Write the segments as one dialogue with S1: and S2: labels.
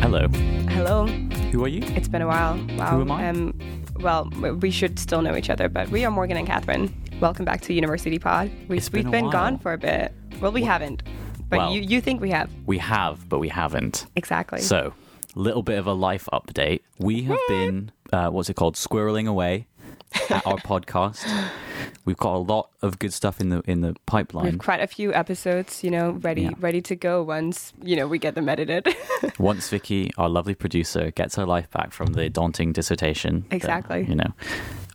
S1: Hello.
S2: Hello.
S1: Who are you?
S2: It's been a while. Wow.
S1: Who am I?
S2: Um, well, w- we should still know each other, but we are Morgan and Catherine. Welcome back to University Pod. We,
S1: It's
S2: we've
S1: been a
S2: been
S1: while.
S2: gone for a bit. Well, we haven't, but
S1: Well.
S2: you, you think we have.
S1: We have, but we haven't.
S2: Exactly.
S1: So, little bit of a life update. We have been, uh, what's it called, squirreling away at our podcast. We've got a lot of good stuff in the in the
S2: we have
S1: pipeline.
S2: quite a few episodes, you know, ready
S1: um, Yeah.
S2: ready to go once, you know, we get them edited.
S1: Once Vicky, our lovely producer, gets her life back from the daunting dissertation, then,
S2: Exactly.
S1: you know,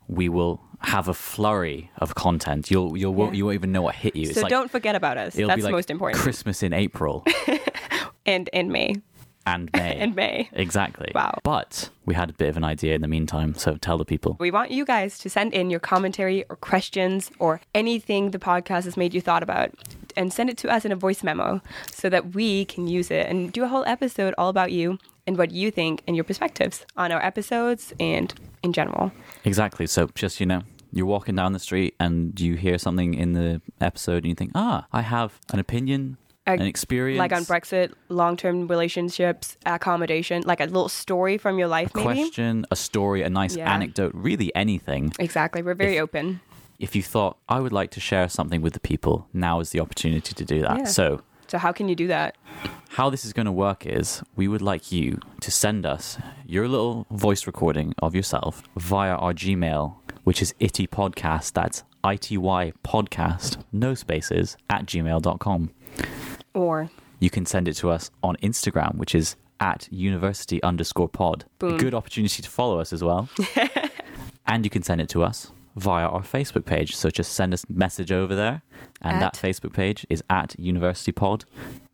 S1: we will have a flurry of content. You'll you'll won't,
S2: Yeah.
S1: you won't even know what hit you.
S2: so don't forget about us.
S1: It'll
S2: That's
S1: be like
S2: most important.
S1: Christmas in April
S2: and in May.
S1: and May.
S2: And May.
S1: Exactly.
S2: Wow.
S1: But we had a bit of an idea in the meantime, so tell the people.
S2: We want you guys to send in your commentary or questions or anything the podcast has made you thought about and send it to us in a voice memo so that we can use it and do a whole episode all about you and what you think and your perspectives on our episodes and in general.
S1: Exactly. So just, you know, you're walking down the street and you hear something in the episode and you think, ah, I have an opinion,
S2: Uh,
S1: an experience,
S2: Like on Brexit, long term relationships, accommodation, like a little story from your life, maybe.
S1: question, a story, a nice
S2: Yeah.
S1: anecdote, really anything.
S2: Exactly. We're very
S1: If-
S2: open.
S1: If you thought, I would like to share something with the people, now is the opportunity to do that.
S2: Yeah.
S1: So
S2: So, how can you do that?
S1: how this is going to work is we would like you to send us your little voice recording of yourself via our Gmail, which is itty podcast. That's ity podcast, no spaces, at gmail.com.
S2: Or
S1: You can send it to us on Instagram, which is at university underscore pod.
S2: Boom.
S1: Good opportunity to follow us as well. and you can send it to us via our Facebook page. So just send us a message over there. And that
S2: At-
S1: Facebook page is at university pod.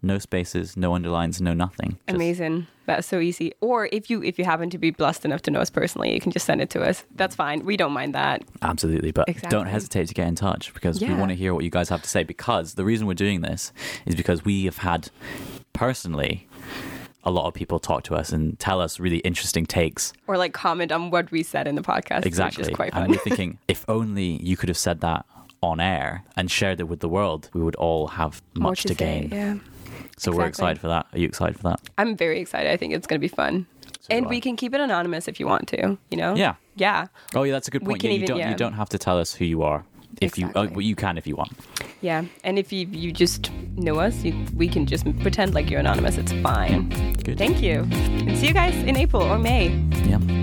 S1: No spaces, no underlines, no nothing. Just-
S2: Amazing. That's so easy. Or if you if you happen to be blessed enough to know us personally, you can just send it to us. That's fine. We don't mind that.
S1: Absolutely. But don't
S2: Exactly.
S1: hesitate to get in touch because we
S2: Yeah.
S1: want to hear what you guys have to say. Because the reason we're doing this is because we have had personally a lot of people talk to us and tell us really interesting takes
S2: Or like comment on what we said in the podcast.
S1: Exactly.
S2: Which is quite
S1: And
S2: fun.
S1: we're thinking, if only you could have said that on air and shared it with the world, we would all have
S2: More
S1: much to,
S2: say,
S1: gain.
S2: Yeah.
S1: So we're
S2: exactly.
S1: excited for that. Are you excited for that?
S2: I'm very excited. I think it's gonna be fun.
S1: do
S2: and
S1: I.
S2: we can keep it anonymous if you want to, you know?
S1: Yeah.
S2: Yeah.
S1: Oh, yeah, that's a good
S2: We
S1: point.
S2: can
S1: Yeah, you
S2: even-
S1: don't
S2: yeah.
S1: you don't have to tell us who you are. If you uh,
S2: Exactly.
S1: well, you can if you want.
S2: Yeah. And if you you just know us, you, we can just pretend like you're anonymous. It's fine.
S1: Good.
S2: Thank you. And see you guys in April or May.
S1: Yeah.